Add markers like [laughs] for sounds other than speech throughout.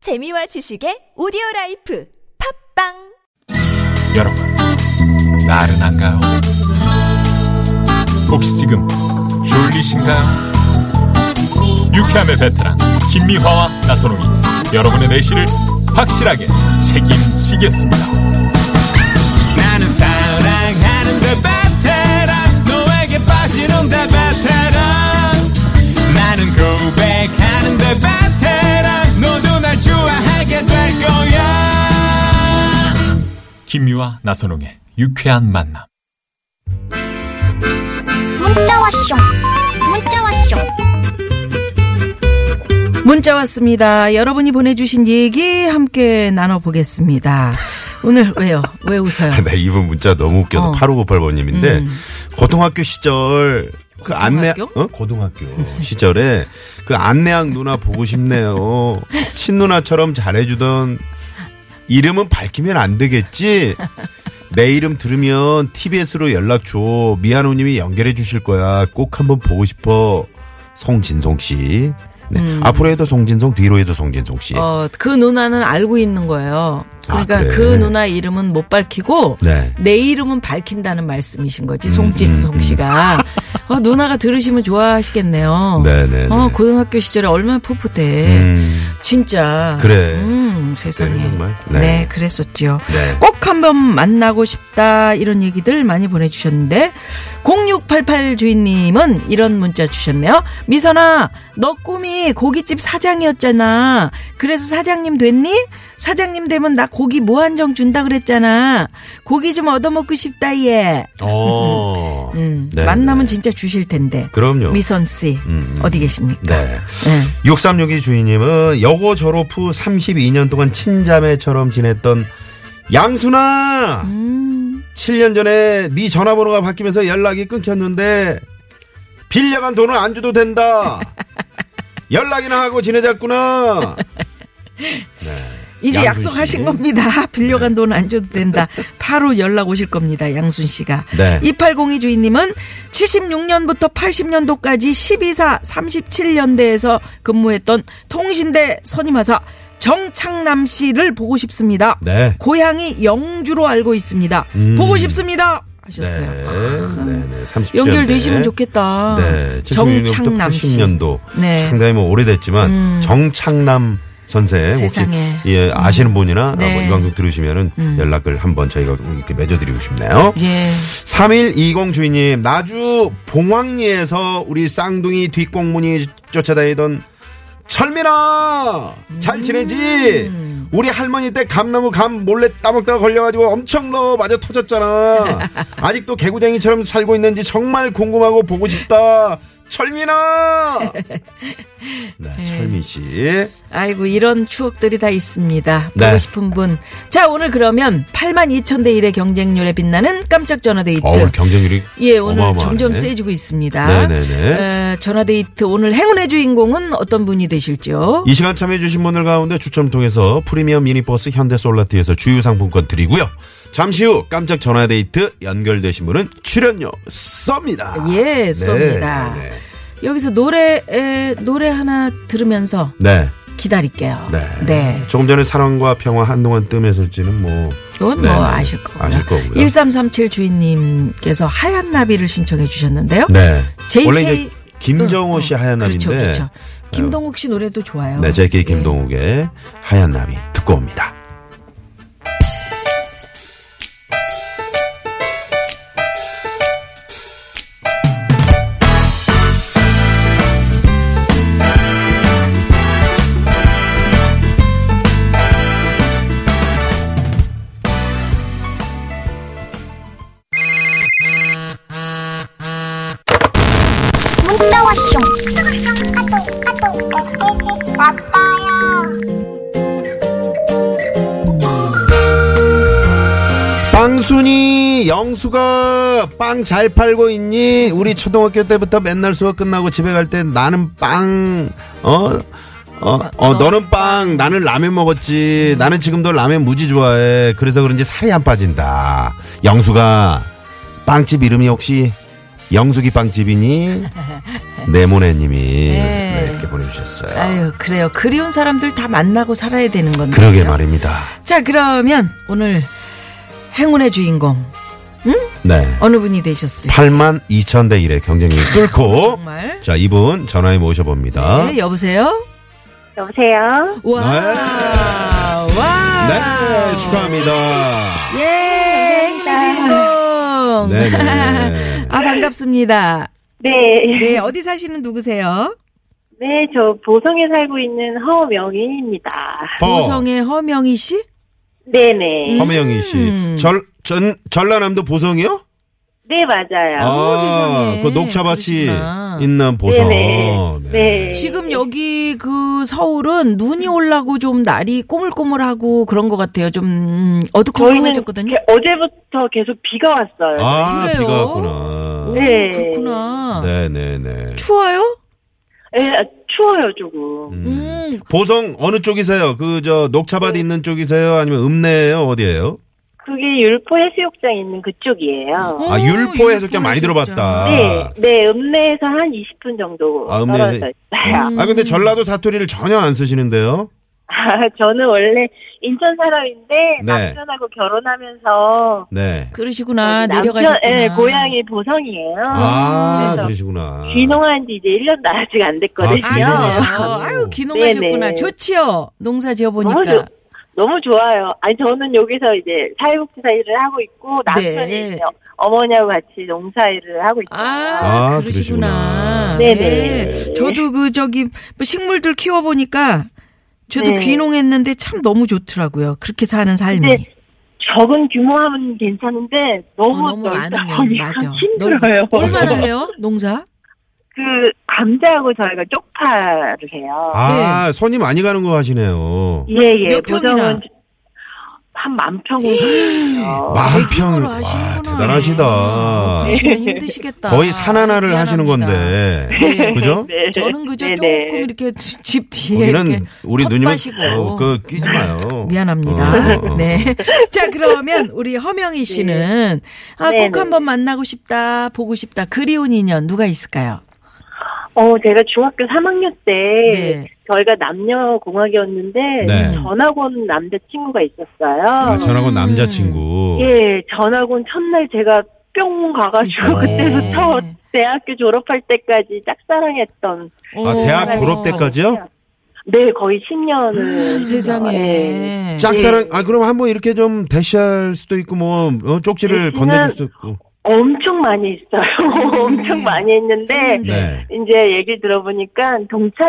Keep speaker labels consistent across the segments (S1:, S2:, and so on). S1: 재미와 지식의 오디오 라이프 팝빵
S2: 여러분, 나른한가요? 혹시 지금 졸리신가요? 유쾌함의 베테랑 김미화와 나선홍이 여러분의 내실을 확실하게 책임지겠습니다.
S3: 나는 사랑하는데 베테랑 너에게 빠지는데 베테랑 나는 고백하는데 베테랑 너도 날 좋아하게 될 거야
S2: 김미화 나선홍의 유쾌한 만남.
S4: 문자 왔쇼 문자 왔쇼
S5: 문자 왔습니다. 여러분이 보내주신 얘기 함께 나눠보겠습니다. 오늘 왜요? 왜 웃어요?
S6: 네, 이분 문자 너무 웃겨서
S5: 어. 음.
S6: 8598번님인데, 고등학교 시절, 그 안내,
S5: 고등학교?
S6: 어?
S5: [laughs]
S6: 고등학교 시절에 그 안내학 누나 보고 싶네요. 친누나처럼 잘해주던 이름은 밝히면 안 되겠지? 내 이름 들으면 TBS로 연락 줘. 미아노님이 연결해 주실 거야. 꼭 한번 보고 싶어. 송진송 씨. 네. 앞으로 해도 송진송, 뒤로 해도 송진송 씨.
S5: 음. 어, 그 누나는 알고 있는 거예요.
S6: 아,
S5: 그러니까
S6: 그래.
S5: 그 누나 이름은 못 밝히고
S6: 네. 음,
S5: 내 이름은 밝힌다는 말씀이신 거지. 송지수 송 씨가 어, 누나가 들으시면 좋아하시겠네요.
S6: 네네네.
S5: 어, 고등학교 시절에 얼마나 풋풋해.
S6: 음,
S5: 진짜.
S6: 그래.
S5: 음, 세상에.
S6: 그때는 정말,
S5: 네.
S6: 네.
S5: 그랬었죠.
S6: 네.
S5: 꼭 한번 만나고 싶다 이런 얘기들 많이 보내주셨는데 0688 주인님은 이런 문자 주셨네요. 미선아, 너 꿈이 고깃집 사장이었잖아. 그래서 사장님 됐니? 사장님 되면 나 고기 무한정 준다 그랬잖아. 고기 좀 얻어먹고 싶다 얘.
S6: 어.
S5: 음,
S6: 네,
S5: 만나면
S6: 네.
S5: 진짜 주실 텐데.
S6: 그럼요.
S5: 미선 씨
S6: 음, 음.
S5: 어디 계십니까?
S6: 네.
S5: 네.
S6: 6362 주인님은 여고 졸업 후 32년 동안 친자매처럼 지냈던 양순아!
S5: 음.
S6: 7년 전에 네 전화번호가 바뀌면서 연락이 끊겼는데 빌려간 돈을 안 줘도
S5: [laughs]
S6: 된다. 연락이나 하고 지내자꾸나.
S5: 이제
S6: 양순 네.
S5: 약속하신
S6: 씨.
S5: 겁니다. [laughs] 빌려간 돈 안 줘도 된다. 바로 연락 오실 겁니다. 양순 씨가.
S6: 네.
S5: 2802 주인님은 76년부터 80년도까지 12사 37년대에서 근무했던 통신대 선임하사 정창남 씨를 보고 싶습니다.
S6: 네.
S5: 고향이 영주로 알고 있습니다.
S6: 음.
S5: 보고 싶습니다.
S6: 네.
S5: 하셨어요.
S6: 네. 네. 37년대.
S5: 아. 연결되시면 좋겠다.
S6: 네. 76년부터
S5: 아, 정창남 씨.
S6: 80년도.
S5: 네. 음.
S6: 상당히 뭐 오래됐지만 정창남 선생 혹시
S5: 세상에.
S6: 예, 아시는 분이나
S5: 네. 음.
S6: 아, 뭐이 방송 들으시면은 연락을 한번 저희가 이렇게 맺어드리고 싶네요.
S5: 예.
S6: 3120 주인님, 나주 봉황리에서 우리 쌍둥이 뒷공문이 쫓아다니던 철민아! 잘 지내지? 우리 할머니 때 감나무 감 몰래 따먹다가 걸려가지고 엄청 너 마저 터졌잖아. 아직도 개구쟁이처럼 살고 있는지 정말 궁금하고 보고 싶다. 철민아! 네, 철민 씨.
S5: 아이고 이런 추억들이 다 있습니다. 보고
S6: 네.
S5: 싶은 분. 자 오늘 그러면 8만 2천 대 1의 경쟁률에 빛나는 깜짝 전화데이트.
S6: 어우, 경쟁률이.
S5: 예, 오늘
S6: 어마어마하네.
S5: 점점 세지고 있습니다.
S6: 네네네.
S5: 에, 전화데이트 오늘 행운의 주인공은 어떤 분이 되실지요?
S6: 이 시간 참여해주신 분들 가운데 추첨 통해서 프리미엄 미니버스 현대솔라트에서 주유상품권 드리고요. 잠시 후 깜짝 전화데이트 연결되신 분은 출연료 쏩니다.
S5: 예, 쏩니다.
S6: 네.
S5: 여기서 노래 에, 노래 하나 들으면서
S6: 네.
S5: 기다릴게요.
S6: 네. 조금 전에 사랑과 평화 한동안 뜸했을지는 뭐.
S5: 이건
S6: 네.
S5: 뭐 아실 거고요.
S6: 아실 거고요.
S5: 1337 주인님께서 하얀 나비를 신청해 주셨는데요.
S6: 네.
S5: JK
S6: 원래 이제 김정호 씨
S5: 응, 응.
S6: 하얀 나비인데. 어.
S5: 그렇죠, 그렇죠. 김동욱 씨 노래도 좋아요.
S6: 네, JK 김동욱의 하얀 나비 듣고 옵니다.
S4: 문자 왔쇼 까똑 까똑 왔어요
S6: 빵순이 영수가 빵 잘 팔고 있니? 우리 초등학교 때부터 맨날 수업 끝나고 집에 갈 때 나는 빵 어? 어, 어, 너는 빵, 나는 라면 먹었지. 나는 지금도 라면 무지 좋아해. 그래서 그런지 살이 안 빠진다. 영수가 빵집 이름이 혹시 영숙이 [laughs] 빵집이니 네모네님이
S5: 네.
S6: 네, 이렇게 보내주셨어요.
S5: 아유, 그래요. 그리운 사람들 다 만나고 살아야 되는 건데.
S6: 그러게 말입니다.
S5: 자, 그러면 오늘 행운의 주인공
S6: 네.
S5: 어느 분이 되셨을까?
S6: 8만 2천 대 1의 [laughs] 경쟁이 뚫고
S5: 정말.
S6: 자 이분 전화에 모셔봅니다.
S5: 네, 여보세요?
S7: 여보세요?
S5: 와. 와.
S6: 네, 축하합니다.
S5: 예, 행운의 주인공.
S6: 네,
S5: [laughs]
S6: 네.
S5: 아, 반갑습니다.
S7: 네.
S5: 네, 어디 사시는 누구세요?
S7: 네, 저 보성에 살고 있는 허명인입니다.
S6: 어.
S5: 보성의 허명희 씨?
S7: 네네.
S6: 허명희
S5: 음.
S6: 씨. 절, 전, 전라남도 보성이요?
S7: 네, 맞아요.
S5: 세상에.
S6: 그 녹차밭이
S5: 그러시구나.
S6: 있는 보성.
S7: 네네. 네.
S5: 지금 여기 그 서울은 눈이 올라고 좀 날이 꼬물꼬물하고 그런 것 같아요. 좀 음, 어두컴컴해졌거든요.
S7: 게- 어제부터 계속 비가 왔어요.
S6: 아,
S5: 그래요?
S6: 비가 왔구나.
S7: 네.
S5: 음, 그렇구나.
S6: 네네네.
S5: 추워요?
S7: 네, 아, 추워요, 조금.
S5: 음, 네.
S6: 보성 어느 쪽이세요? 그 저 녹차밭 있는 쪽이세요? 아니면 읍내예요? 어디예요?
S7: 그게 율포 해수욕장 있는 그쪽이에요.
S6: 아,
S5: 오,
S6: 율포 해수욕장 많이
S5: 해수욕장.
S6: 들어봤다.
S7: 네, 네, 읍내에서 한 20분 정도
S6: 아, 읍내에서-
S7: 떨어져 있어요.
S6: 아 근데 전라도 사투리를 전혀 안 쓰시는데요.
S7: [laughs] 아, 저는 원래 인천 사람인데
S6: 네.
S7: 남편하고 결혼하면서
S6: 네.
S5: 그러시구나.
S7: 남편-
S5: 아, 내려가셨구나.
S7: 예, 고향이 보성이에요.
S6: 아
S7: 그래서
S6: 그러시구나.
S7: 귀농한 지 이제 1년도 아직 안 됐거든요.
S6: 아, 귀농하셨구나.
S5: 아, 아유, 귀농하셨구나.
S7: 네네.
S5: 좋지요. 농사 지어
S7: 너무,
S5: 보니까.
S7: 좋- 너무 좋아요. 아니, 저는 여기서 이제 사회복지사 일을 하고 있고, 남편이
S5: 네.
S7: 이제 어머니하고 같이 농사 일을 하고 있어요.
S5: 아,
S6: 아,
S5: 그러시구나.
S6: 그러시구나.
S7: 네네.
S5: 저도 그 저기 뭐 식물들 키워 보니까 저도
S7: 네.
S5: 귀농했는데 참 너무 좋더라고요. 그렇게 사는 삶이.
S7: 근데
S6: 네,
S7: 적은 규모 하면 괜찮은데,
S5: 어,
S7: 너무,
S5: 너무
S7: 넓다
S5: 많으면
S7: 보니까
S5: 맞아.
S7: 힘들어요.
S5: 넓- 얼마나 해요? 농사?
S7: 그, 감자하고 저희가 쪽파를 해요.
S6: 아 손이 많이 가는 거 하시네요.
S7: 예, 예.
S5: 몇 평이나?
S7: 보정은 한만 평
S6: [gasps]
S7: 정도.
S6: 만 아, 평.
S5: 평으로
S6: 와
S5: 하시는구나.
S6: 대단하시다. 네.
S5: 그러시면 힘드시겠다.
S6: 거의 산 하나를 하시는
S5: 미안합니다.
S6: 건데.
S5: 네.
S6: 그죠?
S7: 네.
S5: 저는 그저
S7: 네네.
S5: 조금 이렇게 집 뒤에 이렇게
S6: 우리는 우리 누님은
S5: 텃밭이고. 네.
S6: 어, 그 끼지 마요.
S5: 미안합니다.
S6: 어, 어, 어.
S5: [laughs] 네. 자, 그러면 우리 허명희 씨는 아,
S7: 네,
S5: 꼭
S7: 네.
S5: 한번 만나고 싶다, 보고 싶다, 그리운 인연 누가 있을까요?
S7: 어, 제가 중학교 3학년 때
S5: 네.
S7: 저희가 남녀 공학이었는데
S6: 네.
S7: 전학 온 남자 친구가 있었어요.
S6: 아, 저하고
S5: 음.
S6: 남자친구.
S7: 예, 전학 온 첫날 제가 뿅 가가지고
S6: 세상에.
S5: 네.
S7: 그때부터 대학교 졸업할 때까지 짝사랑했던
S6: 아,
S5: 오.
S6: 대학 졸업 때까지요?
S7: 네, 거의
S5: 아,
S7: 10년을 예.
S5: 세상에.
S6: 짝사랑, 아, 그럼 한번 이렇게 좀 대시할 수도 있고, 뭐, 어, 쪽지를
S7: 대시는-
S6: 건네줄 수도 있고.
S7: 엄청 많이 했어요. [laughs] 엄청 많이 했는데
S6: 네.
S7: 이제 얘기 들어보니까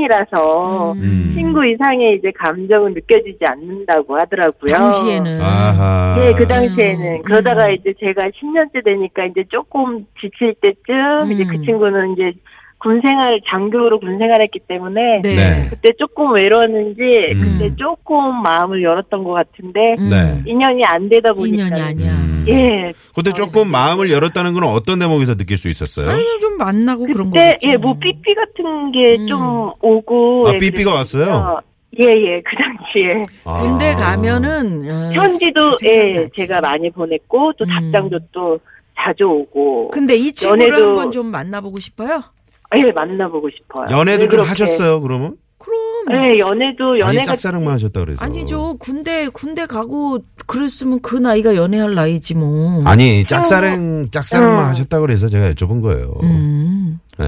S7: 동창이라서
S6: 음.
S7: 친구 이상의 이제 감정은 느껴지지 않는다고 하더라고요.
S5: 당시에는.
S6: 아하.
S7: 네, 그 당시에는.
S5: 음.
S7: 그러다가
S5: 음.
S7: 이제 제가 10년째 되니까 이제 조금 지칠 때쯤 이제
S5: 음.
S7: 그 친구는 이제 군 생활, 장교로 군 생활했기 때문에
S5: 네.
S6: 네.
S7: 그때 조금 외로웠는지
S6: 음.
S7: 그때 조금 마음을 열었던 것 같은데
S5: 음.
S6: 네.
S7: 인연이 안 되다 보니까.
S5: 인연이 아니야.
S6: 음.
S7: 예.
S6: 그때 조금 마음을 열었다는 건 어떤 대목에서 느낄 수 있었어요?
S5: 아니, 좀 만나고 그런 음. 거.
S7: 그때, 예, 뭐, 삐삐 같은 게 좀 오고.
S6: 아,
S7: 예,
S6: 삐삐가
S7: 그랬거든요.
S6: 왔어요?
S7: 예, 예, 그 당시에.
S6: 아.
S5: 군대 가면은. 어,
S7: 편지도,
S5: 생각이
S7: 예,
S5: 나지.
S7: 제가 많이 보냈고, 또
S5: 음.
S7: 답장도 또 자주 오고.
S5: 근데 이 친구를
S7: 연애도-
S5: 한번 좀 만나보고 싶어요?
S7: 예, 만나보고 싶어요.
S6: 연애도 좀
S7: 왜 그렇게-
S6: 하셨어요, 그러면?
S5: 그럼.
S7: 네, 연애도
S6: 아니,
S7: 연애가
S6: 짝사랑만 하셨다 그래서.
S5: 아니죠. 군대, 군대 가고 그랬으면 그 나이가 연애할 나이지 뭐.
S6: 아니,
S7: 음.
S6: 짝사랑, 짝사랑만
S7: 어.
S6: 하셨다 그래서 제가 여쭤본 거예요.
S5: 음.
S6: 네.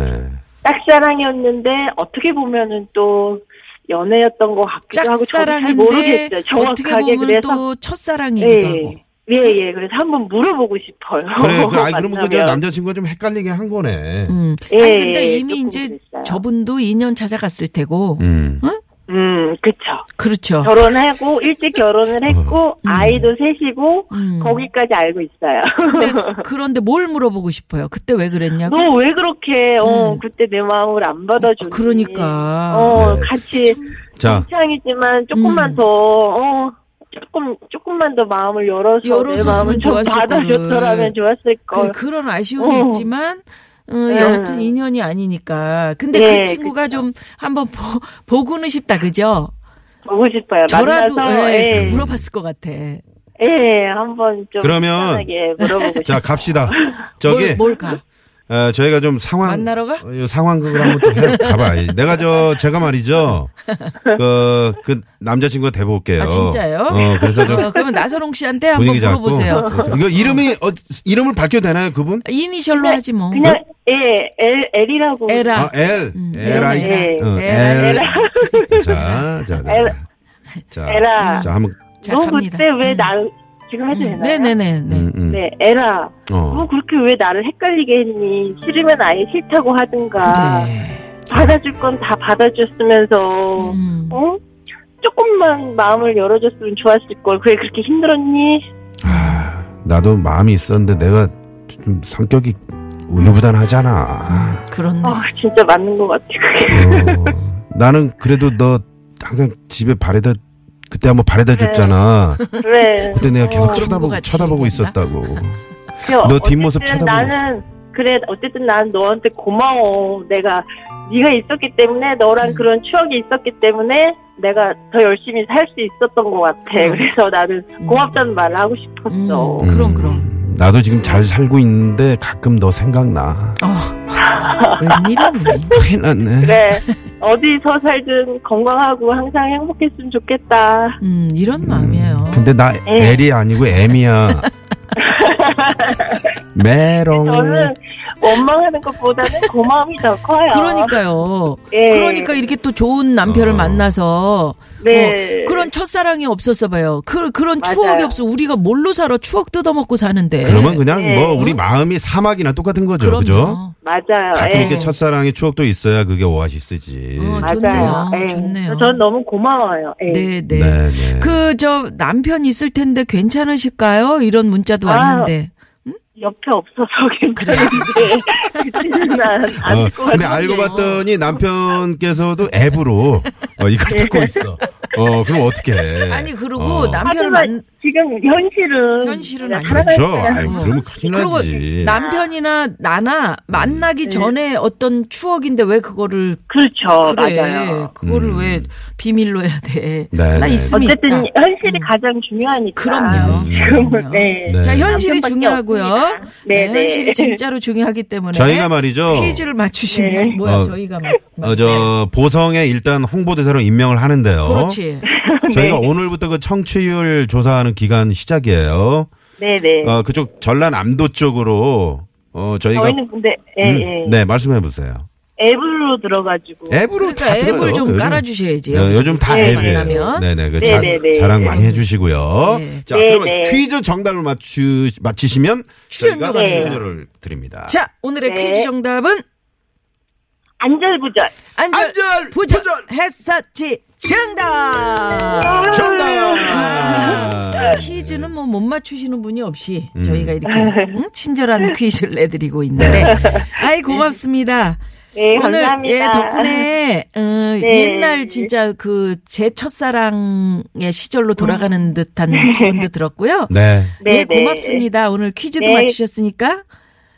S7: 짝사랑이었는데 어떻게 보면은 또 연애였던 것 같기도 하고 저도 잘
S5: 짝사랑인데
S7: 모르겠어요.
S5: 어떻게
S7: 정확하게
S5: 보면
S7: 그래서
S5: 또 첫사랑이기도
S7: 예.
S5: 하고.
S7: 예, 예. 그래서 한번 물어보고 싶어요.
S6: 그래, 그, 아이, 그러면 그저
S7: 만나면.
S6: 남자친구가 좀 헷갈리게 한 거네.
S5: 음.
S7: 예,
S5: 아니 근데
S7: 예,
S5: 이미
S7: 조금
S5: 이제
S7: 그랬어요.
S5: 저분도 인연 찾아갔을 테고.
S6: 음.
S5: 어?
S7: 음, 그쵸.
S5: 그렇죠.
S7: 결혼하고 일찍 결혼을 했고
S6: 어, 음.
S7: 아이도 셋이고
S5: 음.
S7: 거기까지 알고 [laughs] 있어요.
S5: 근데 그런데 뭘 물어보고 싶어요? 그때 왜 그랬냐고?
S7: [laughs] 너 왜 그렇게 어
S5: 아, 음.
S7: 그때 내 마음을 안 받아줬니?
S5: 어, 그러니까.
S7: 어
S6: 네.
S7: 같이
S6: 자,
S7: 창이지만 조금만
S5: 음.
S7: 더, 어, 조금, 조금만 더 마음을 열어서 내
S5: 열었었으면
S7: 마음을 좀
S5: 좋았을 거를.
S7: 받아줬더라면 좋았을 걸.
S5: 그, 런 아쉬움이
S7: 어.
S5: 있지만 어,
S7: 예.
S5: 여하튼 인연이 아니니까. 근데
S7: 예,
S5: 그 친구가
S7: 그쵸.
S5: 좀 한번 보, 보고는 싶다, 그죠?
S7: 보고 싶어요.
S5: 저라도
S7: 아, 만나서,
S5: 예,
S7: 예,
S5: 물어봤을 것 같아.
S7: 예, 한번 좀
S6: 그러면-
S5: 그
S7: 편하게 물어보고 싶어요.
S6: 자, 갑시다.
S5: 뭘,
S6: 저기,
S5: 뭘 가?
S6: 어, 저희가 좀 상황
S5: 만나러 가?
S6: 어, 상황극을 한번 또 해- 가봐야지. 내가 저 제가 말이죠. 그, 그 남자친구가 돼 볼게요.
S5: 아, 진짜요?
S6: 어, 그래서 좀
S5: 어, [laughs] 그러면 나선홍 씨한테 한번
S6: 분위기 잡고.
S5: 물어보세요.
S6: 어, 이거 이름이 어, 이름을 밝혀도 되나요, 그분?
S5: 이니셜로 하지 뭐.
S7: 그냥 예, 엘 엘이라고.
S5: 에라.
S6: 아, L.
S5: 음.
S6: L I.
S7: 네.
S6: 어,
S5: L.
S6: L. 자, 자, 자.
S7: L.
S6: 자.
S7: 에라.
S6: 자, 한번
S5: 자,
S7: 너
S5: 갑니다.
S7: 뭐, 그때 왜
S5: 음.
S7: 나를 지금 해도 되나요?
S5: 네네네. 네.
S6: 음, 음.
S7: 네, 에라. 너
S6: 어.
S7: 그렇게 왜 나를 헷갈리게 했니? 싫으면 아예 싫다고 하든가.
S5: 그래.
S7: 받아줄 건 다 받아줬으면서,
S5: 음.
S7: 어? 조금만 마음을 열어줬으면 좋았을 걸. 그래 그렇게 힘들었니?
S6: 아, 나도 마음이 있었는데 내가 좀 성격이 우유부단하잖아.
S5: 그렇네.
S7: 아 진짜 맞는 것 같아. 그게.
S6: 어, 나는 그래도 너 항상 집에 바래다 그때 한번 바래다
S7: 네.
S6: 줬잖아.
S7: 그래.
S6: 그때 내가 계속
S7: 어,
S5: 그런 거
S6: 쳐다보고
S5: 같이
S6: 쳐다보고
S5: 얘기했나?
S6: 있었다고.
S7: 그래,
S6: 너 뒷모습 쳐다보고.
S7: 어쨌든 나는 그래 어쨌든 난 너한테 고마워. 내가 네가 있었기 때문에
S6: 음.
S7: 너랑 그런 추억이 있었기 때문에 내가 더 열심히 살 수 있었던 것 같아.
S6: 음.
S7: 그래서 나는 고맙다는 말을 하고 싶었어.
S5: 음. 그럼, 그럼.
S6: 나도 지금 잘 살고 있는데 가끔 너 생각나.
S5: 어. 웬일이니?
S6: 큰일 났네.
S7: 그래 어디서 살든 건강하고 항상 행복했으면 좋겠다.
S5: 음, 이런 마음이에요.
S6: 근데 나
S7: 네.
S6: L이 아니고
S7: [laughs]
S6: M이야. 메롱.
S7: 저는 원망하는 것보다는 고마움이 더 커요.
S5: 그러니까요.
S7: 예.
S5: 그러니까 이렇게 또 좋은 남편을
S6: 어.
S5: 만나서
S7: 네.
S5: 어, 그런 첫사랑이 없었어 봐요. 그, 그런
S7: 맞아요.
S5: 추억이 없어. 우리가 뭘로 살아? 추억 뜯어먹고 사는데.
S6: 그러면 그냥
S7: 네.
S6: 뭐 우리 마음이 사막이나 똑같은 거죠.
S5: 그럼요.
S6: 그죠?
S7: 맞아요.
S6: 가끔
S7: 예.
S6: 이렇게 첫사랑의 추억도 있어야 그게 오아시스지.
S5: 그러니까 어, 좋네요.
S7: 맞아요. 예.
S5: 좋네요.
S7: 전 너무 고마워요. 예.
S5: 네, 네.
S6: 네, 네.
S5: 그, 저, 남편 있을 텐데 괜찮으실까요? 이런 문자도
S7: 아,
S5: 왔는데.
S7: 옆에 없어서 괜찮은데
S5: [laughs]
S7: 그치는
S6: 어,
S7: 안안될것
S6: 근데
S7: 같은데
S6: 알고 봤더니 남편께서도 앱으로 어,
S7: 네.
S6: 이걸 듣고 있어. 어, 그럼 어떻게 해?
S5: 아니, 그리고
S6: 어.
S5: 남편을
S7: 하지만
S5: 만,
S7: 지금 현실은
S5: 현실은
S7: 그냥
S5: 아니죠.
S7: 살아갈
S6: 그렇죠.
S7: 때는
S6: 아이, 그러면 큰일
S5: 그리고
S6: 나지.
S5: 남편이나 나나 만나기
S7: 네.
S5: 전에 어떤 추억인데 왜 그거를
S7: 그렇죠
S5: 그래
S7: 맞아요
S5: 그거를
S6: 음.
S5: 왜 비밀로 해야 돼?
S6: 네,
S5: 나
S6: 네.
S5: 있으면
S7: 어쨌든
S5: 있다.
S7: 현실이
S5: 음.
S7: 가장 중요하니까
S5: 그럼요.
S6: 음.
S7: 지금은
S5: 그럼요.
S7: 네.
S6: 네.
S5: 자 현실이
S7: 남편밖에
S5: 중요하고요.
S7: 없습니다. 네, 네.
S5: 현실이 진짜로 중요하기 때문에
S6: 저희가 말이죠.
S5: 네? 퀴즈를 맞추시면
S7: 네.
S5: 뭐야
S6: 어,
S5: 저희가 막,
S6: 어, 저 어? 보성에 일단 홍보대사로 임명을 하는데요.
S5: 그렇지. 네.
S6: 저희가 오늘부터 그 청취율 조사하는 기간 시작이에요.
S7: [laughs] 네네
S6: 어, 그쪽 전라남도 쪽으로 어, 저희가
S7: 저희는 근데 예,
S6: 음,
S7: 예.
S6: 네, 예? 말씀해 보세요.
S7: 앱으로 들어가지고
S6: 앱으로
S5: 그러니까
S6: 다 들어요.
S5: 앱을 좀
S6: 요즘.
S5: 깔아주셔야지.
S6: 어, 요즘 다
S5: 앱을
S6: 앱이에요.
S5: 만나면.
S6: 네네, 그
S7: 네,
S6: 자,
S7: 네, 네.
S6: 자랑 많이 해주시고요.
S5: 네.
S6: 자,
S7: 네,
S6: 그러면
S7: 네.
S6: 퀴즈 정답을 맞추 맞히시면
S5: 출연료가
S6: 저희가
S7: 드려요.
S6: 출연료를 드립니다.
S5: 자 오늘의
S7: 네.
S5: 퀴즈 정답은
S7: 안절부절
S5: 안절,
S6: 안절,
S5: 부절
S6: 부절.
S5: 해사치 정답.
S6: 정답.
S5: 퀴즈는 뭐 못 맞추시는 분이 없이 저희가 이렇게 음,
S7: [laughs]
S5: 친절한 퀴즈를 내드리고 있는데 아이 고맙습니다.
S7: 네
S5: 오늘
S7: 감사합니다
S5: 예 덕분에 어,
S7: 네.
S5: 옛날 진짜 그 제 첫사랑의 시절로
S7: 음.
S5: 돌아가는
S7: [laughs]
S5: 듯한 기분도 들었고요.
S6: 네.
S5: 예 고맙습니다. 오늘 퀴즈도
S7: 네.
S5: 맞추셨으니까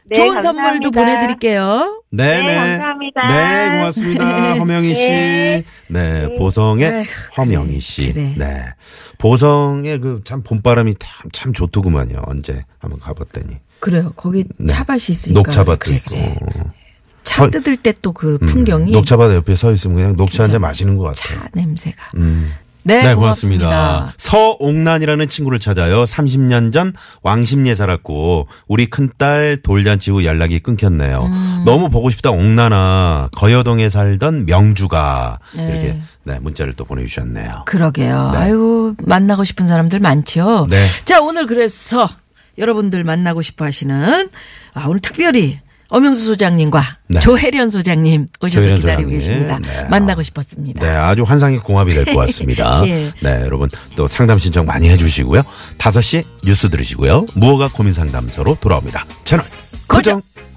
S7: 네,
S5: 좋은 선물도
S7: 감사합니다.
S5: 보내드릴게요.
S6: 네네.
S7: 감사합니다.
S6: 네,
S7: [laughs]
S6: 고맙습니다. 허명희 씨. 네,
S7: 네.
S6: 보성의
S5: 아휴,
S6: 허명희 씨.
S5: 네. 그래.
S6: 네. 보성의 그 참 봄바람이 참, 참 좋더구만요. 언제 한번 가봤더니.
S5: 그래요. 거기 차밭이 있으니까
S6: 네. 녹차밭도
S5: 그래
S6: 있고.
S5: 그래. 차
S6: 헐.
S5: 뜯을 때 또 그
S6: 음,
S5: 풍경이
S6: 녹차밭 옆에 서 있으면 그냥 녹차 한 잔
S5: 괜찮아요.
S6: 마시는 것 같아요.
S5: 차 냄새가.
S6: 음.
S5: 네,
S6: 서옥란이라는 친구를 찾아요. 30년 전 왕십리에 살았고 우리 큰딸 돌잔치 후 연락이 끊겼네요.
S5: 음.
S6: 너무 보고 싶다 옥란아. 거여동에 살던 명주가 이렇게 네, 문자를 또 보내주셨네요.
S5: 그러게요. 아유, 만나고 싶은 사람들 많죠.
S6: 네.
S5: 자, 오늘 그래서 여러분들 만나고 싶어 하시는 아, 오늘 특별히 엄영수 소장님과
S6: 네.
S5: 조혜련 소장님 오셔서
S6: 조혜련
S5: 기다리고
S6: 소장님.
S5: 계십니다.
S6: 네.
S5: 만나고 싶었습니다.
S6: 네, 아주 환상의 궁합이 될 것 같습니다.
S5: [laughs] 예.
S6: 네, 여러분 또 상담 신청 많이 해주시고요. 5시 뉴스 들으시고요. 무허가 고민 상담소로 돌아옵니다. 채널
S5: 고정.
S6: 고정.